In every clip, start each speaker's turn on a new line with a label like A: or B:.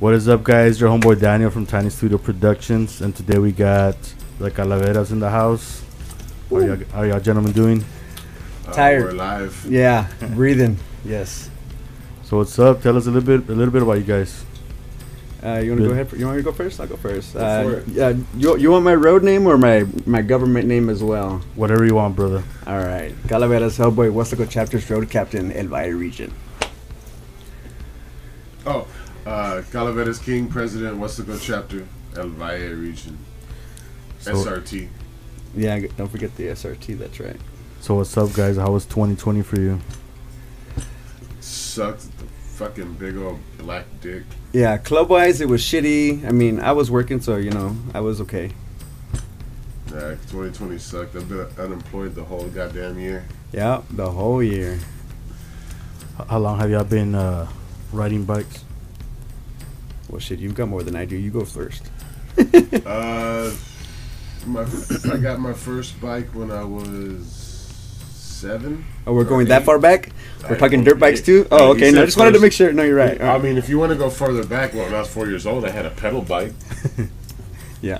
A: What is up, guys? Your homeboy Daniel from Tiny Studio Productions, and today we got the Calaveras in the house. How are, y'all, how are y'all gentlemen doing?
B: Uh,
C: Tired.
B: We're live.
C: Yeah, breathing. Yes.
A: So what's up? Tell us a little bit, a little bit about you guys.
C: Uh, you want
A: Good.
C: to go ahead? You want me to go first? I'll go first.
B: Go
C: uh,
B: for it.
C: Yeah. You, you want my road name or my my government name as well?
A: Whatever you want, brother.
C: All right. Calaveras Hellboy Westaco Chapters Road Captain El Valle Region.
B: Oh, uh, Calaveras King, President, Westaco Chapter, El Valle Region,
A: So,
B: SRT.
C: Yeah. g- Don't forget the SRT. That's right.
A: so what's up, guys? How was 2020 for you?
B: Sucked the fucking big old black dick.
C: Yeah. Club wise, it was shitty. I mean, I was working, so you know, I was okay.
B: Yeah, 2020 sucked. I've been unemployed the whole goddamn year.
C: Yeah. The whole year.
A: H- How long have y'all been uh, riding bikes?
C: Well, shit. You've got more than I do. You go first.
B: Uh, my, I got my first bike when I was seven.
C: Oh, we're
B: or
C: going
B: eight.
C: that far back? We're
B: I-
C: talking dirt bikes
B: yeah.
C: too?
B: Yeah,
C: Oh,
B: you
C: okay.
B: said
C: No, I just wanted to
B: first.
C: make sure. No, you're right.
B: I mean, if you want to go further back, well, when I was four years old, I had a pedal bike.
C: Yeah.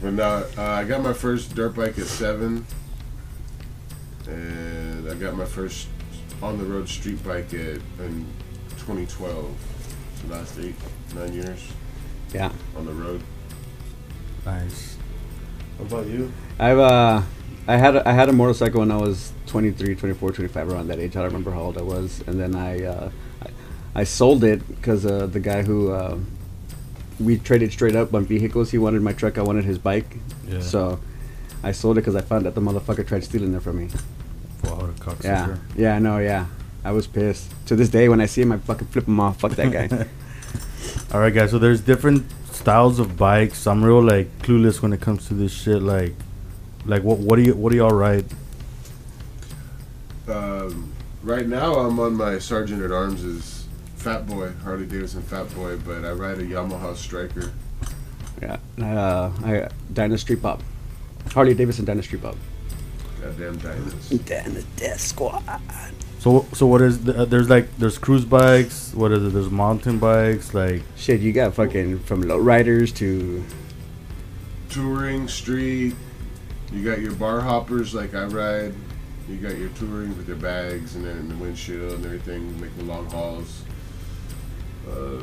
B: But now uh, I got my first dirt bike at seven, and I got my first on the road street bike at in 2012. The last eight, nine years
C: yeah.
B: on the road.
A: Nice. What about you?
C: I've uh, I had a, I had a motorcycle when I was 23, 24, 25, around that age. I don't remember how old I was, and then I uh, I, I sold it because uh, the guy who uh, we traded straight up on vehicles. He wanted my truck, I wanted his bike.
A: Yeah.
C: So I sold it because I found out the motherfucker tried stealing it from me.
A: Wow, the cocksucker.
C: Yeah, yeah, I know, yeah. I was pissed. To this day, when I see him, I fucking flip him off. Fuck that guy.
A: All right, guys. So there's different styles of bikes. I'm real like clueless when it comes to this shit. Like, like what what do you what do y'all ride?
B: Um, right now, I'm on my sergeant at arms's Fat Boy Harley Davidson Fat Boy, but I ride a Yamaha Striker.
C: yeah, uh, I Dynasty Pop, Harley Davidson Dynasty Pop.
B: Goddamn diamonds.
C: Dynasty Squad.
A: So so what is the, uh, there's like there's cruise bikes. What is it? There's mountain bikes. Like
C: Shit, you got fucking from lowriders to
B: touring street. You got your bar hoppers like I ride. You got your touring with their bags and then the windshield and everything, making long hauls. Uh,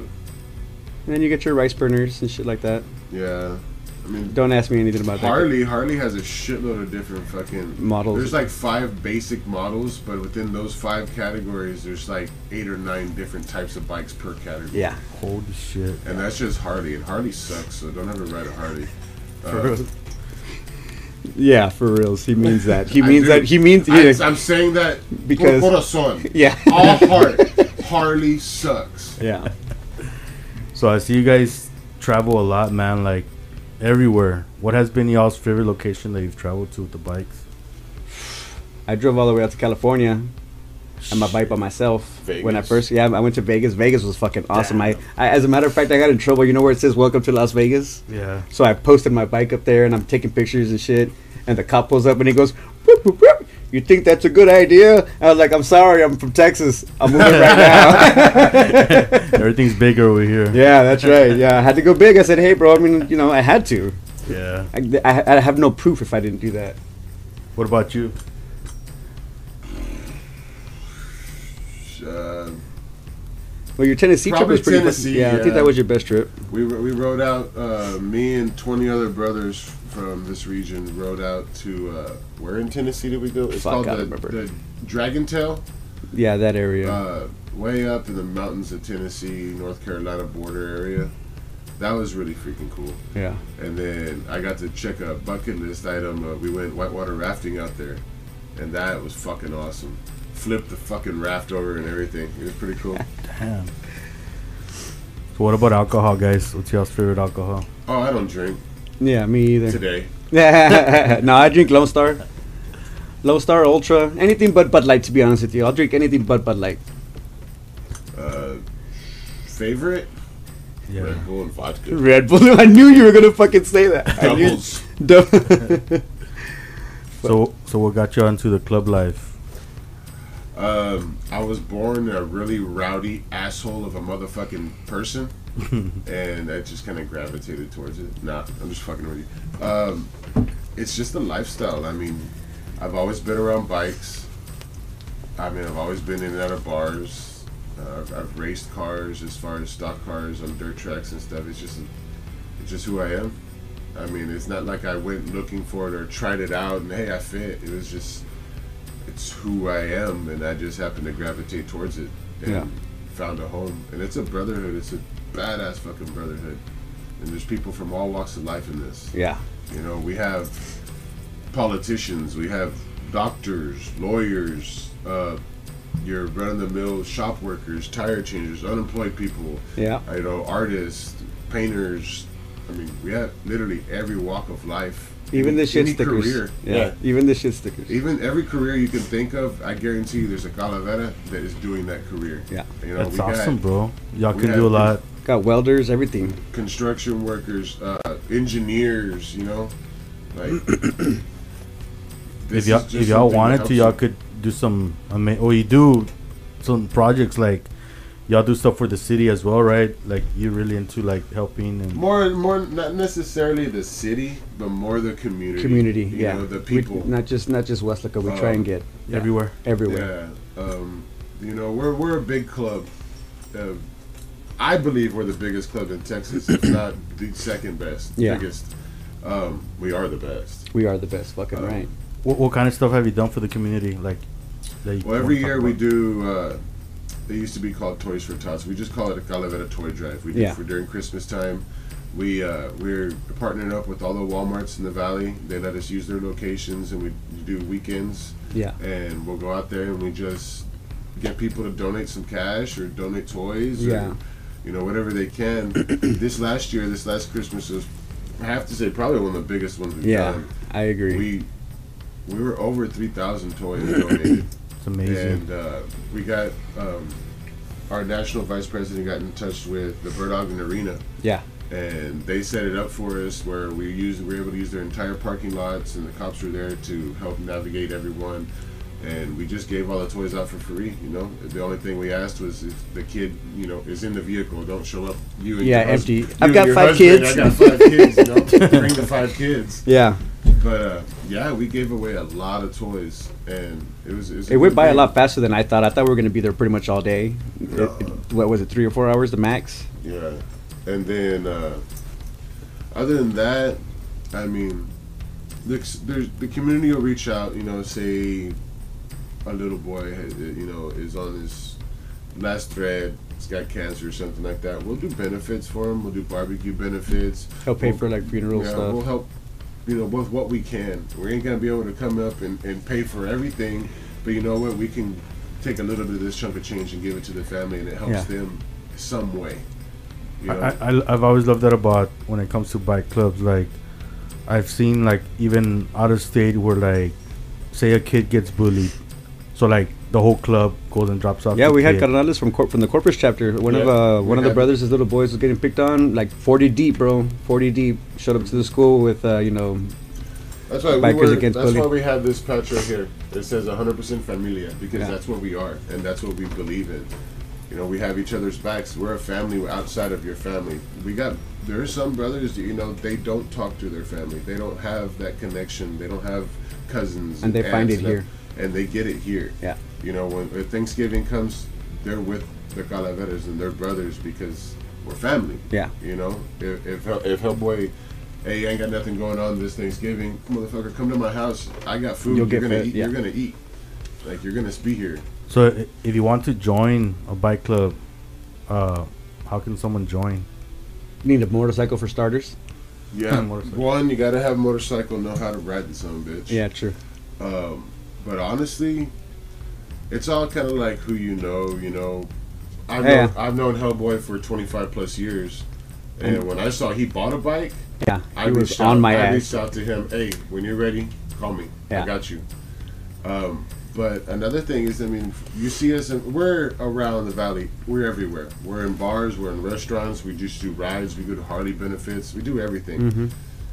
C: and you get your rice burners and shit like that.
B: yeah, I mean
C: Don't ask me anything about that.
B: Harley. Harley has a shitload of different fucking
C: Models.
B: There's like five basic models, but within those five categories, there's like eight or nine different types of bikes per category.
C: Yeah.
A: holy shit.
B: And that's just Harley, and Harley sucks, so don't ever ride a Harley.
A: For
B: Uh,
A: real.
C: Yeah, for reals. He means that. He
B: I
C: means
B: do.
C: that. He means
B: I,
C: yeah.
B: I'm saying that
C: Because-
B: por corazón.
C: yeah.
B: All heart. Harley sucks.
C: yeah.
A: So I see you guys travel a lot, man. Like everywhere. What has been y'all's favorite location that you've traveled to with the bikes?
C: I drove all the way out to California on my bike by myself. When I
B: Vegas.
C: first yeah, I went to Vegas. Vegas was fucking awesome. I, I as a matter of fact I got in trouble. You know where it says welcome to Las Vegas?
A: Yeah.
C: So I posted my bike up there and I'm taking pictures and shit. And the cop pulls up and he goes, "Whoop, whoop, whoop. You think that's a good idea? I was like, I'm sorry, I'm from Texas. I'm moving right now.
A: Everything's bigger over here.
C: yeah, that's right. Yeah, I had to go big. I said, hey, bro, I mean, you know, I had to.
A: Yeah.
C: I, I, I have no proof if I didn't do that.
A: What about you?
B: Uh,
C: Well, your Tennessee trip
B: Probably
C: was pretty
B: Tennessee,
C: yeah, I
B: yeah.
C: think that was your best trip.
B: we ro- we rode out. Uh, me and twenty other brothers from this region rode out to uh, where in Tennessee did we go? It's
C: Fuck, I
B: called
C: don't
B: the,
C: remember.
B: the Dragon Tail.
C: Yeah, that area.
B: Uh, way up in the mountains of Tennessee, North Carolina border area. That was really freaking cool.
C: yeah.
B: And then I got to check a bucket list item. Uh, we went whitewater rafting out there, and that was fucking awesome. Flipped the fucking raft over and everything. It was pretty cool.
A: Damn. So what about alcohol, guys? What's y'all's favorite alcohol?
B: oh, I don't drink
C: Yeah, me either.
B: today.
C: no, I drink Lone Star. Lone Star Ultra. Anything but Bud Light, to be honest with you. I'll drink anything but Bud Light.
B: Uh, favorite? Red Bull and vodka.
C: Red Bull. I knew you were going to fucking say that. I knew-
B: Doubles.
C: Dou-
A: So so what got you into the club life?
B: Um, I was born a really rowdy asshole of a motherfucking person, and I just kind of gravitated towards it. Nah, I'm just fucking with you. Um, it's just the lifestyle. I mean, I've always been around bikes. I mean, I've always been in and out of bars. Uh, I've, I've raced cars as far as stock cars on dirt tracks and stuff. It's just, it's just who I am. I mean, it's not like I went looking for it or tried it out and hey, I fit. It was just, it's who I am, and I just happened to gravitate towards it and
C: Yeah.
B: found a home. And it's a brotherhood. It's a badass fucking brotherhood. And there's people from all walks of life in this.
C: Yeah.
B: You know, we have politicians, we have doctors, lawyers, uh, your run-of-the-mill shop workers, tire changers, unemployed people,
C: Yeah.
B: you know, artists, painters. I mean, we have literally every walk of life.
C: Even
B: Any-
C: the shit
B: any
C: stickers.
B: Career,
C: Yeah.
A: Yeah.
C: Even the shit stickers.
B: even every career you can think of, I guarantee you, there's a Calavera that is doing that career.
C: Yeah.
B: you know,
A: That's
B: we got-
A: awesome, bro. Y'all
B: we
A: can
B: got-
A: do a lot.
C: Got welders, everything.
B: construction workers, uh, engineers, you know, like. this
A: if y'all
B: is just
A: if y'all
B: something that
A: wanted to, y'all
B: helps you.
A: could do some. I mean, or you do some projects like y'all do stuff for the city as well, right? Like you're really into like helping and
B: more more not necessarily the city, but more the community.
C: Community.
B: you
C: yeah.
B: know, the
C: We-
B: people.
C: not just not just Westlaco. We try
B: Um,
C: and get
A: everywhere.
C: everywhere.
B: yeah, um, you know, we're we're a big club. Uh, I believe we're the biggest club in Texas, if not the second best,
C: Yeah.
B: biggest. Um, we are the best.
C: We are the best. Fucking
B: Um,
C: right.
A: What, what kind of stuff have you done for the community? Like, that you
B: Well,
A: wanna
B: every
A: talk
B: year we
A: about?
B: do. Uh, they used to be called Toys for Tots. We just call it a Calavera Toy Drive. We do
C: Yeah.
B: for during Christmas time. We uh, we're partnering up with all the WalMarts in the valley. They let us use their locations, and we do weekends.
C: Yeah.
B: And we'll go out there and we just get people to donate some cash or donate toys.
C: Yeah.
B: Or, you know whatever they can. this last year, this last Christmas was, I have to say, probably one of the biggest ones we've
C: Yeah.
B: done.
C: I agree.
B: We we were over three thousand toys donated.
A: It's amazing.
B: And uh, we got um, our national vice president got in touch with the Bird Ogden Arena,
C: yeah.
B: and they set it up for us where we used we were able to use their entire parking lots, and the cops were there to help navigate everyone. And we just gave all the toys out for free. You know, the only thing we asked was if the kid, you know, is in the vehicle, don't show up. You and
C: Yeah,
B: your hus-
C: empty.
B: you
C: I've
B: and
C: got
B: your
C: five
B: husband,
C: kids.
B: I got five kids. You know, bring the five kids.
C: Yeah.
B: But uh, yeah, we gave away a lot of toys, and it was. It, was
C: It went
B: good
C: by a
B: thing.
C: lot faster than I thought. I thought we were gonna be there pretty much all day. It- it- what was it? Three or four hours, the max.
B: Yeah, and then uh, other than that, I mean, the there's, the community will reach out. You know, say a little boy, has- you know, is on his last thread. He's got cancer or something like that. We'll do benefits for him. We'll do barbecue benefits.
C: Help pay for like funeral
B: yeah,
C: stuff.
B: we'll help. You know, with what we can. We ain't gonna be able to come up and, and pay for everything, but you know what? We can take a little bit of this chunk of change and give it to the family, and it helps
C: Yeah.
B: them some way. You know?
A: I, I, I've always loved that about when it comes to bike clubs. Like, I've seen like even out of state where like, say a kid gets bullied, so like the whole club goes and drops off.
C: Yeah,
A: the
C: we had
A: kid.
C: Carnales from cor- from the Corpus chapter. One of
B: Yeah,
C: uh,
B: we
C: one of the
B: had-
C: brothers, his little boys was getting picked on, like forty deep, bro, forty deep. Showed up to the school with uh, you know,
B: That's why we
C: Bikers
B: were,
C: Against
B: That's
C: Bullying.
B: why we have this patch right here. It says 100% familia because
C: Yeah.
B: that's what we are and that's what we believe in. You know, we have each other's backs. We're a family We're outside of your family. We got there are some brothers that you know they don't talk to their family. They don't have that connection. They don't have cousins.
C: And they find
B: aunts
C: it
B: and
C: here.
B: ev- and they get it here.
C: Yeah.
B: You know, when, when Thanksgiving comes, they're with the calaveras and their brothers because we're family.
C: yeah,
B: You know, if if, Hell- if Hellboy, hey, I ain't got nothing going on this Thanksgiving, motherfucker, come to my house. I got food.
C: You'll
B: are
C: get
B: gonna
C: fed,
B: eat.
C: yeah.
B: You're gonna eat. Like you're gonna be here.
A: So i- if you want to join a bike club, uh, how can someone join?
C: need a motorcycle for starters.
B: Yeah.
A: Motorcycle.
B: One, you gotta have a motorcycle, know how to ride this own bitch.
C: Yeah, true.
B: Um, but honestly, it's all kind of like who you know. You know, I've
C: Yeah.
B: known, I've known Hellboy for 25 plus years,
C: Mm.
B: and when I saw he bought a bike,
C: Yeah,
B: I
C: he was
B: reached out,
C: on my
B: I
C: ass.
B: reached out to him. Hey, when you're ready, call me.
C: Yeah.
B: I got you. Um, but another thing is, I mean, you see us. In, we're around the valley. We're everywhere. We're in bars. We're in restaurants. We just do rides. We go to Harley benefits. We do everything.
C: Mm-hmm.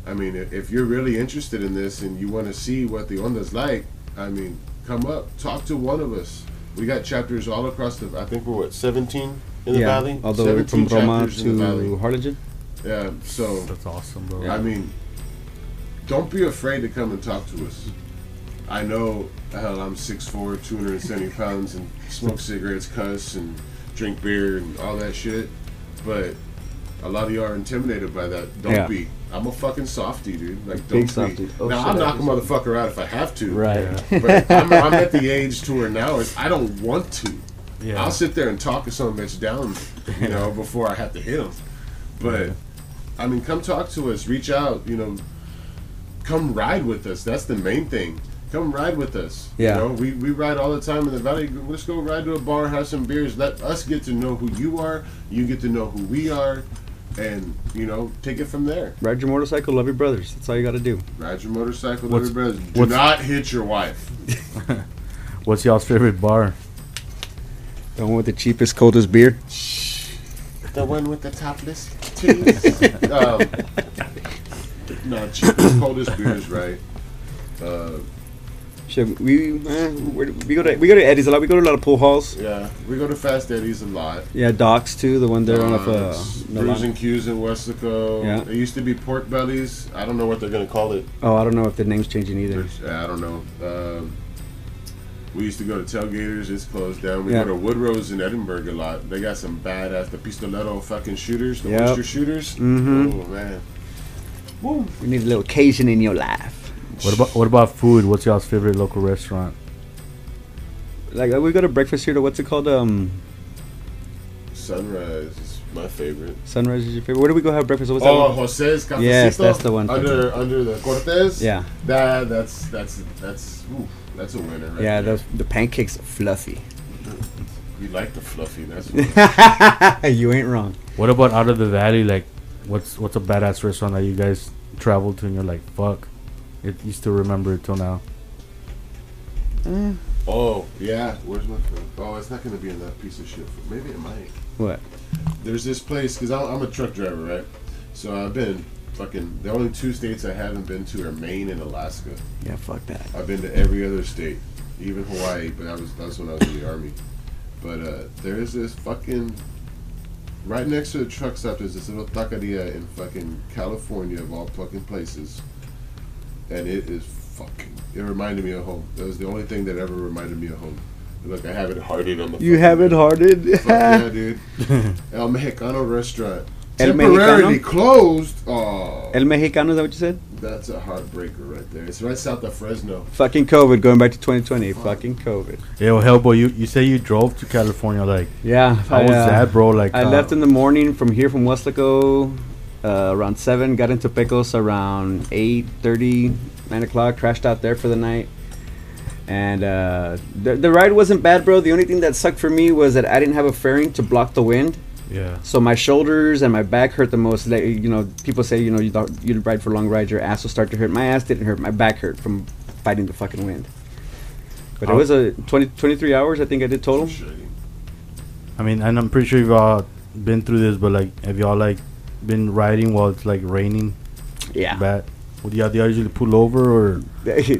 B: I mean, i- if you're really interested in this and you want to see what the onda's like, I mean, come up, talk to one of us. We got chapters all across the. I think we're what seventeen in the
C: yeah, Oh.
B: valley.
C: all the way from
B: 17
C: Roma
B: chapters in the
C: to
B: valley.
C: Harlingen.
B: Yeah. So
A: That's awesome, bro.
B: I mean, don't be afraid to come and talk to us. I know, hell, I'm 6'4", 270 pounds, and smoke cigarettes, cuss, and drink beer, and all that shit. But a lot of y'all are intimidated by that. Don't
C: Yeah.
B: be. I'm a fucking softie, dude. Like, don't
C: Big
B: be.
C: softie. Oh,
B: now,
C: shit,
B: I'll
C: I
B: knock a
C: was-
B: motherfucker out if I have to.
C: Right.
B: But I'm, I'm at the age to where now is I don't want to.
A: Yeah.
B: I'll sit there and talk to some bitch down, you know, before I have to hit him. But I mean, come talk to us. Reach out. You know, come ride with us. That's the main thing. Come ride with us.
C: Yeah.
B: You know, we, we ride all the time in the valley. Let's go ride to a bar, have some beers. Let us get to know who you are. You get to know who we are, and you know, take it from there.
C: Ride your motorcycle, love your brothers. That's all you got to do.
B: Ride your motorcycle,
A: What's-
B: little brothers. Do
A: what's-
B: not hit your wife.
A: What's y'all's favorite bar?
C: The one with the cheapest, coldest beer.
B: The one with the topless tees. um, no, cheapest, coldest beer is right. Uh,
C: Shit, we eh, where do- we go to we go to Eddie's a lot. We go to a lot of pool halls.
B: yeah, we go to Fast Eddie's a lot. Um,
C: Yeah, docks too. The one there on off uh,
B: it's Brews
C: Nolan.
B: and Q's in Westlaco.
C: Yeah.
B: It used to be pork bellies. I don't know what they're gonna call it.
C: Oh, I don't know if the name's changing either.
B: There's- I don't know. Um, we used to go to Tailgaters. It's closed down. We
C: Yeah.
B: go to Woodrow's in Edinburgh a lot. They got some badass the pistoletto fucking shooters, the
C: Yep.
B: oyster shooters.
C: Mhm.
B: Oh man.
C: We need a little occasion in your life.
A: What about what about food? What's y'all's favorite local restaurant?
C: Like uh, we go to breakfast here to what's it called? Um,
B: Sunrise is my favorite.
C: Sunrise is your favorite. Where do we go have breakfast? What's that
B: oh,
C: one?
B: Jose's cafecito.
C: Yes, that's the one.
B: Under under the Cortez.
C: Yeah,
B: That that's that's that's ooh, that's a winner. Right
C: yeah.
B: there.
C: Those, the pancakes are fluffy.
B: we like the fluffy. That's what
C: you ain't wrong.
A: What about out of the valley? Like, what's what's a badass restaurant that you guys traveled to and you're like, fuck, it, you still remember it till now?
B: oh yeah. Where's my phone? Oh, it's not gonna be in that piece of shit. Maybe it might.
C: What?
B: There's this place because I'm, I'm a truck driver, right? So I've been fucking. The only two states I haven't been to are Maine and Alaska.
C: Yeah, fuck that.
B: I've been to every other state, even Hawaii, but that was that's when I was in the army. But uh, there is this fucking right next to the truck stop. There's this little taqueria in fucking California of all fucking places, and it is fucking. It reminded me of home. That was the only thing that ever reminded me of home. Look, I have it hearted on the.
C: You
B: fucking-
C: have it hearted.
B: Fuck yeah, dude. El Mexicano restaurant
C: El
B: temporarily
C: Mexicano?
B: closed. Oh,
C: El Mexicano, is that what you said?
B: that's a heartbreaker right there. It's right south of Fresno.
C: Fucking COVID, going back to 2020. Fucking COVID.
A: Yo, Hellboy, you you say you drove to California? Like,
C: Yeah.
A: how was
C: uh,
A: that, bro? Like,
C: I
A: uh,
C: left in the morning from here from Westlaco uh, around seven. Got into Pecos around 8:30, 9 o'clock. Crashed out there for the night, and uh, the, the ride wasn't bad, bro. The only thing that sucked for me was that I didn't have a fairing to block the wind,
A: yeah,
C: so my shoulders and my back hurt the most. Like, you know, people say you know you don't, you ride for long rides, your ass will start to hurt. My ass didn't hurt. My back hurt from fighting the fucking wind. But it
A: I'll-
C: was a 20, 23 hours. I think I did total.
B: Shitty.
A: I mean, and I'm pretty sure you've all been through this, but like, have y'all like been riding while it's like raining
C: Yeah.
A: bad? Would y'all, do y'all usually pull over or?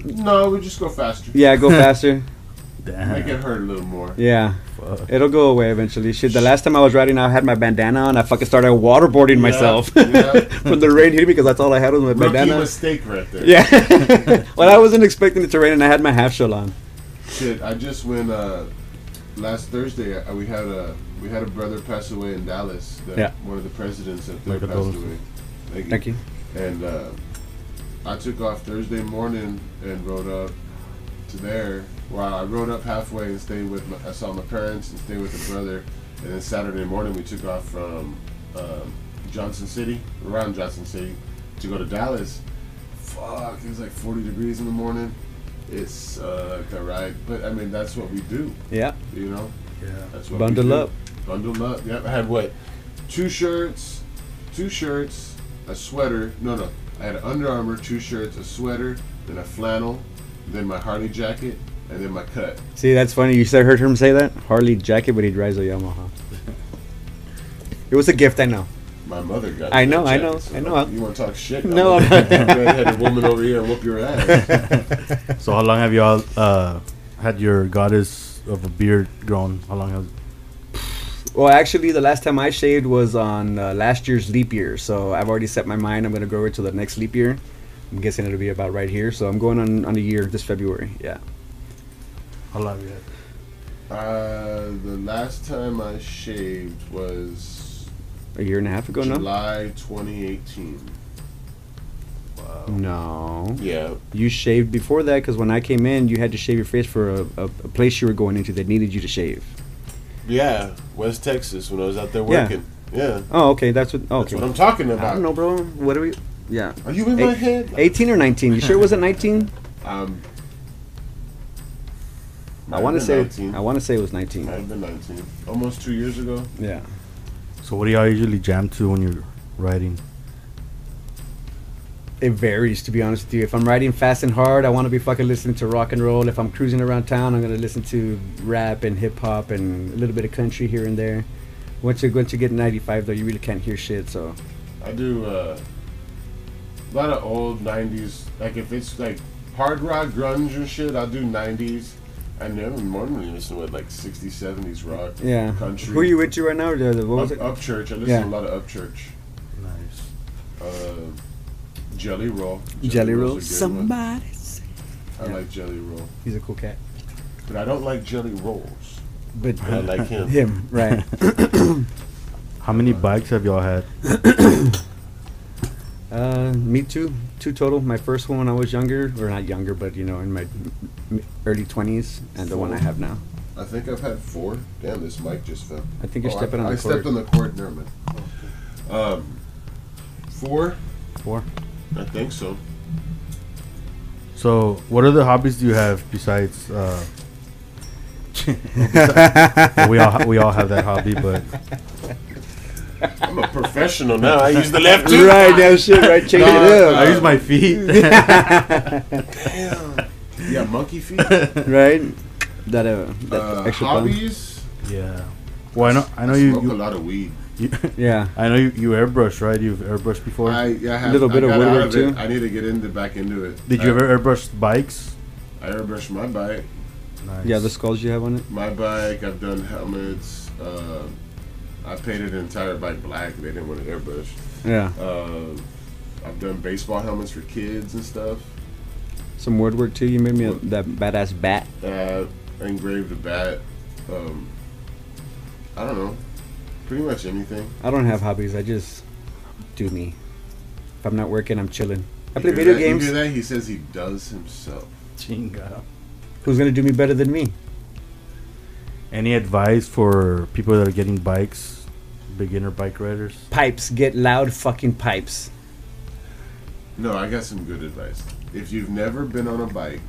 B: No, we just go faster.
C: yeah. Go faster.
B: Make it
A: Damn,
B: hurt a little more.
C: Yeah.
A: fuck.
C: It'll go away eventually. Shit, the last time I was riding, I had my bandana on. I fucking started waterboarding myself
B: yeah.
C: from the rain hitting me because that's all I had was my
B: Rookie
C: bandana.
B: mistake right there.
C: uh, Yeah. well, I wasn't expecting it to rain, and I had my half shell on.
B: Shit, I just went uh, last Thursday. I, we had a we had a brother pass away in Dallas. The,
C: Yeah.
B: One of the presidents up there
A: Michael
B: passed
A: Dolan.
B: away. Thank you.
C: Thank you.
B: And uh, I took off Thursday morning and rode up to there. Well, I rode up halfway and stayed with. My, I saw my parents and stayed with the brother. And then Saturday morning we took off from um, Johnson City, around Johnson City, to go to Dallas. Fuck, it was like 40 degrees in the morning. It sucked, alright. But I mean, that's what we do,
C: Yeah.
B: you know.
A: Yeah.
B: That's what we
C: Bundle
B: do.
C: up.
B: Bundle up. Yep. I had what? Two shirts, two shirts, a sweater. No, no. I had Under Armour, two shirts, a sweater, then a flannel, then my Harley jacket, and then my cut.
C: See, that's funny. You said heard him say that Harley jacket, but he drives a Yamaha. It was a gift, I know.
B: My mother got.
C: I
B: that
C: know, I
B: jacket,
C: know,
B: so
C: I know.
B: You want to talk shit?
C: No,
B: I'm
C: I'm
B: not.
C: not.
B: Redheaded woman over here and whoop your ass.
A: So how long have y'all uh, had your goddess of a beard grown? How long has?
C: Well, actually, the last time I shaved was on uh, last year's leap year, so I've already set my mind. I'm gonna grow it to the next leap year. I'm guessing it'll be about right here, so I'm going on on a year this February. Yeah.
A: How long have you had?
B: Uh, the last time I shaved was
C: A year and a half ago now?
B: July 2018.
C: No.
B: Yeah.
C: You shaved before that because when I came in, you had to shave your face for a, a, a place you were going into that needed you to shave.
B: Yeah. West Texas when I was out there
C: Yeah.
B: working. Yeah.
C: Oh, okay. That's what.
B: That's
C: Okay.
B: what I'm talking about.
C: I don't know, bro. What are we? Yeah.
B: Are you in
C: Eight-
B: my head?
C: 18 or 19? You sure it wasn't 19?
B: Um,
C: I want to say. I
B: I've
C: want to say it was 19.
B: been 19. Almost two years ago.
C: Yeah.
A: So what do y'all usually jam to when you're riding?
C: It varies, to be honest with you. If I'm riding fast and hard, I want to be fucking listening to rock and roll. If I'm cruising around town, I'm gonna listen to rap and hip hop and a little bit of country here and there. Once you once you get 95, though, you really can't hear shit. So
B: I do uh, a lot of old 90s. Like if it's like hard rock grunge and shit, I'll do 90s. I never normally listen to like 60s, 70s rock.
C: yeah.
B: Country.
C: Who are you with you right now? The- the- What
B: Up,
C: was it?
B: Upchurch. I listen
C: Yeah.
B: to a lot of Upchurch.
A: Nice.
B: Uh, Jelly Roll.
C: Jelly
B: Roll's a
C: Roll.
B: good one.
C: Somebody.
B: I
C: Yeah.
B: like Jelly Roll.
C: He's a cool cat.
B: But I don't like Jelly Rolls.
C: But
B: I like him.
C: him, right?
A: How many bikes have y'all had?
C: Uh, me too. Two total. My first one when I was younger, or not younger, but you know, in my m- early twenties, and the one I have now.
B: I think I've had four. Damn, this mic just fell.
C: I think you're
B: Oh,
C: stepping
B: I,
C: on
B: I
C: the cord.
B: stepped on the cord, never mind. Um, four?
A: Four.
B: I think so.
A: So what other hobbies do you have besides? Uh, well, we all ha- we all have that hobby, but
B: I'm a professional now. I use the left too.
C: right, that shit, right? Change it
A: I use my feet.
B: Damn. Yeah, monkey feet.
C: up, right? That uh, that
B: Uh,
C: extra fun.
B: hobbies?
A: yeah. Well, I know I know
B: I
A: you.
B: smoke a
A: you,
B: lot of weed.
A: you
C: Yeah,
A: I know you, you airbrush, right? You've airbrushed before.
B: I, I have,
C: Little bit
B: I
C: of
B: got out
C: woodwork,
B: of it.
C: too.
B: I need to get into back into it.
A: Did you ever airbrush bikes?
B: I airbrushed my bike.
A: Nice.
C: yeah. The skulls you have on it.
B: My bike. I've done helmets. Uh, I painted an entire bike black. They didn't want it airbrushed.
C: Yeah,
B: Uh, I've done baseball helmets for kids and stuff.
C: some word work too. You made me a, that badass bat.
B: Uh, I engraved a bat. Um, I don't know. Pretty much anything.
C: I don't have hobbies. I just do me. If I'm not working, I'm chilling. I
B: You
C: play
B: hear
C: video
B: that? You
C: games.
B: hear that? He says he does himself.
A: Chinga.
C: Who's gonna do me better than me?
A: Any advice for people that are getting bikes, beginner bike riders?
C: Pipes get loud. Fucking pipes.
B: No, I got some good advice. If you've never been on a bike,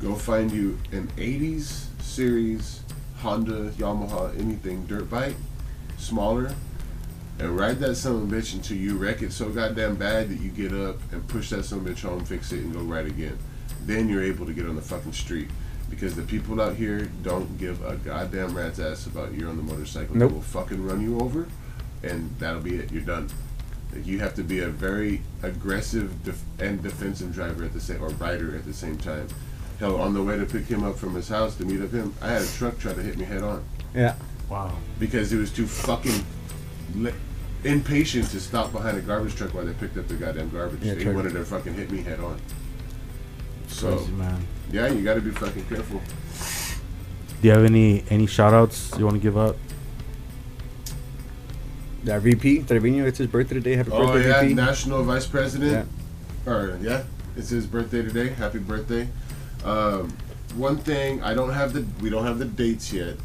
B: go find you an 80s series Honda, Yamaha, anything dirt bike, smaller, and ride that son of a bitch until you wreck it so goddamn bad that you get up and push that son of a bitch home, fix it, and go ride again. Then you're able to get on the fucking street. Because the people out here don't give a goddamn rat's ass about you're on the motorcycle.
C: Nope.
B: They will fucking run you over, and that'll be it. You're done. Like, you have to be a very aggressive def- and defensive driver at the same or rider at the same time. Hell, on the way to pick him up from his house to meet up him, I had a truck try to hit me head on
C: Yeah.
A: Wow.
B: because it was too fucking li- impatient to stop behind a garbage truck while they picked up the goddamn garbage.
C: Yeah,
B: he
C: true.
B: wanted to fucking hit me head on. So
A: Crazy man.
B: yeah, you got to be fucking careful.
A: Do you have any any shout outs you want to give out?
C: That VP Trevino, it's his birthday today. Happy
B: Oh
C: birthday,
B: yeah,
C: VP.
B: national vice president. Or yeah, it's his birthday today. Happy birthday. Um, one thing I don't have the we don't have the dates yet,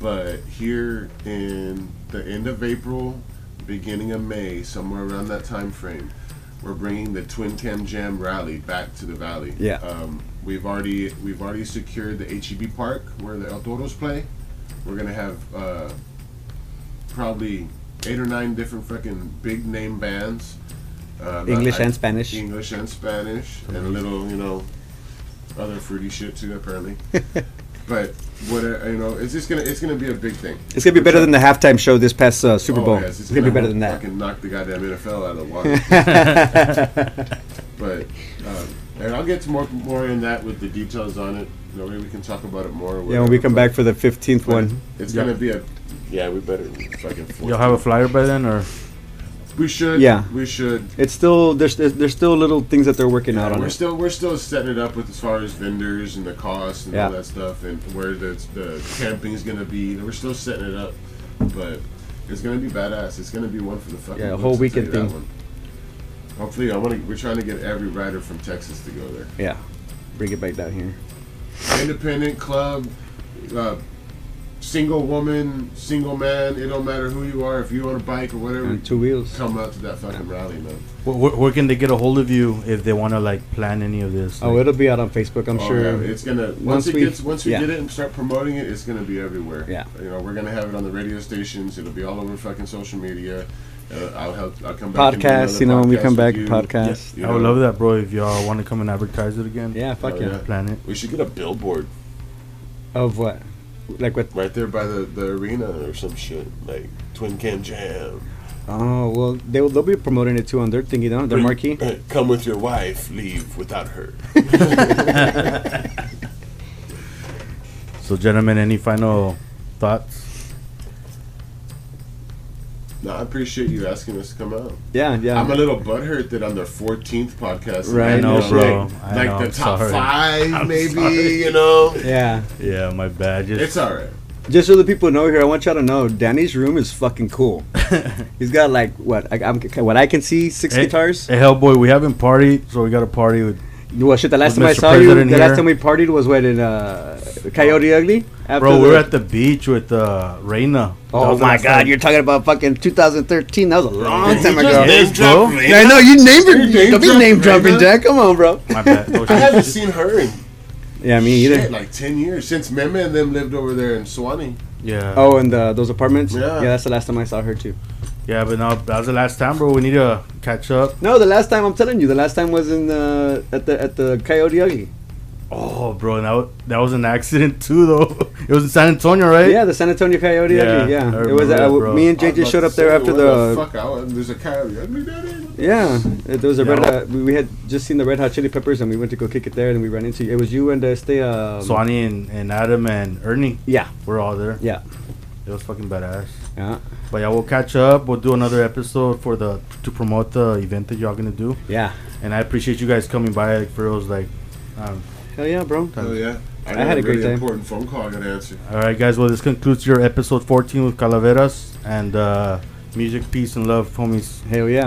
B: but here in the end of April, beginning of May, somewhere around that time frame, we're bringing the Twin Cam Jam Rally back to the Valley.
C: Yeah.
B: Um, we've already we've already secured the HEB Park where the El Toros play. We're gonna have uh, probably eight or nine different fucking big name bands. Uh,
C: English
B: and
C: and Spanish. Mm-hmm.
B: English and Spanish, and a little, you know, other fruity shit too, apparently. but what uh, you know, it's just gonna it's gonna be a big thing.
C: It's gonna be better than the halftime show this past uh, Super
B: Oh,
C: Bowl.
B: yes,
C: it's, gonna be better than that.
B: Fucking knock the goddamn NFL out of the water. but um, and I'll get to more more in that with the details on it. You know, maybe we can talk about it more. or
C: Yeah, when we
B: whatever,
C: come
B: but-
C: back for the fifteenth
B: but
C: one.
B: It's
A: Yeah.
B: gonna be a. Yeah, we better fucking. force
A: You'll have a
B: it.
A: flyer by then, or
B: We should.
C: Yeah.
B: We should.
C: It's still there's there's there's still little things that they're working out on.
B: we're
C: it.
B: still we're still setting it up with as far as vendors and the cost and all
C: Yeah.
B: that stuff and where the the camping is gonna be. We're still setting it up, but it's gonna be badass. It's gonna be one for the fucking
C: Yeah, a
B: books,
C: whole
B: I'll tell
C: weekend
B: you that
C: thing.
B: one. Hopefully, I want to. We're trying to get every rider from Texas to go there.
C: Yeah, bring it back down here.
B: Independent club, uh, single woman, single man. It don't matter who you are. If you own a bike or whatever,
C: On two wheels.
B: come out to that fucking rally, man.
A: where, where, where can they get a hold of you if they want to like plan any of this?
C: Oh,
A: like-
C: it'll be out on Facebook. I'm
B: Oh,
C: sure.
B: yeah, it's gonna once,
C: Once
B: it
C: we-
B: gets once we
C: yeah.
B: get it and start promoting it, it's gonna be everywhere.
C: Yeah.
B: you know we're gonna have it on the radio stations. It'll be all over fucking social media. Uh, I'll help. I'll come back. and do another
C: podcast. You know, when we
B: podcast
C: come
B: with
C: back,
B: you.
A: Yeah,
C: podcast.
B: you
A: I would
B: know.
A: love that, bro. If y'all want to come and advertise it again,
C: Yeah, fuck
B: Oh,
C: yeah.
B: yeah.
A: plan it.
B: We should get a billboard
C: Of what? Like what?
B: right there by the, the arena or some shit like Twin Cam Jam.
C: Oh well, they will, they'll be promoting it too on their thingy, though, their
B: Bring-
C: marquee.
B: uh, Come with your wife. Leave without her.
A: So, gentlemen, any final thoughts?
B: no, I appreciate you asking us to come out.
C: Yeah, yeah.
B: I'm a little butthurt that on their 14th podcast,
C: Right. I know,
B: like,
A: bro.
B: Like,
A: I know,
B: the
A: I'm
B: top
A: sorry.
B: 5
A: I'm
B: maybe.
A: sorry.
B: You know,
C: yeah.
A: Yeah, my bad. Just
C: uh,
B: it's all right.
C: Just so the people know here, I want y'all to know Danny's room is fucking cool. He's got like what I, I'm what I can see six
A: Hey,
C: guitars.
A: Hey, Hellboy, we haven't partied, so we got to party with.
C: well, shit. The last
A: with
C: time I
A: Mr.
C: saw
A: President
C: you, the last
A: here.
C: time we partied was when in uh, Coyote Ugly. After
A: Bro, we were at the beach with uh, Reina. That
C: Oh
A: was the
C: my
A: last
C: god,
A: time.
C: you're talking about fucking 2013. That was a long time ago.
A: did. bro.
C: Yeah, I know you named
B: You
C: it.
B: name
C: Don't be
B: dropped
C: name dropping,
B: Raina?
C: Jack. Come on, bro.
A: My bad. Oh,
B: I
A: shit.
B: haven't seen her in
C: Yeah, me
B: shit,
C: either.
B: like ten years since Meme and them lived over there in Swanee.
A: yeah.
C: Oh, and the, those apartments.
B: Yeah.
C: yeah, that's the last time I saw her too.
A: Yeah, but no, that was the last time, bro. We need to catch up.
C: No, the last time I'm telling you, the last time was in uh, at the at the Coyote Ugly.
A: Oh, bro, and that was, that was an accident too, though. It was in San Antonio, right?
C: Yeah, the San Antonio Coyote
A: Yeah,
C: Ugly.
A: I
C: Yeah, it
A: remember
C: was.
A: that,
C: Uh,
A: bro.
C: me and
B: I
C: Jay
B: was about
C: just showed
B: to
C: up there
B: say,
C: after the.
B: where fuck I was, there's a coyote. I mean, that ain't-
C: yeah, it, there was a
A: Yeah.
C: red. Uh, we, we had just seen the Red Hot Chili Peppers, and we went to go kick it there, and we ran into. It was you and uh, Stay. Um,
A: Swanee and, and Adam and Ernie
C: Yeah,
A: were all there.
C: yeah,
A: It was fucking badass.
C: yeah,
A: But yeah, we'll catch up. We'll do another episode for the to promote the event that y'all gonna do.
C: yeah.
A: And I appreciate you guys coming by. Like, for reals, like, um,
C: Hell yeah, bro.
B: Hell Oh, yeah!
C: I had a great
B: really
C: time.
B: important phone call I got to answer.
A: all right, guys. Well, this concludes your episode 14 with Calaveras and uh, music, peace, and love, homies.
C: Hell yeah.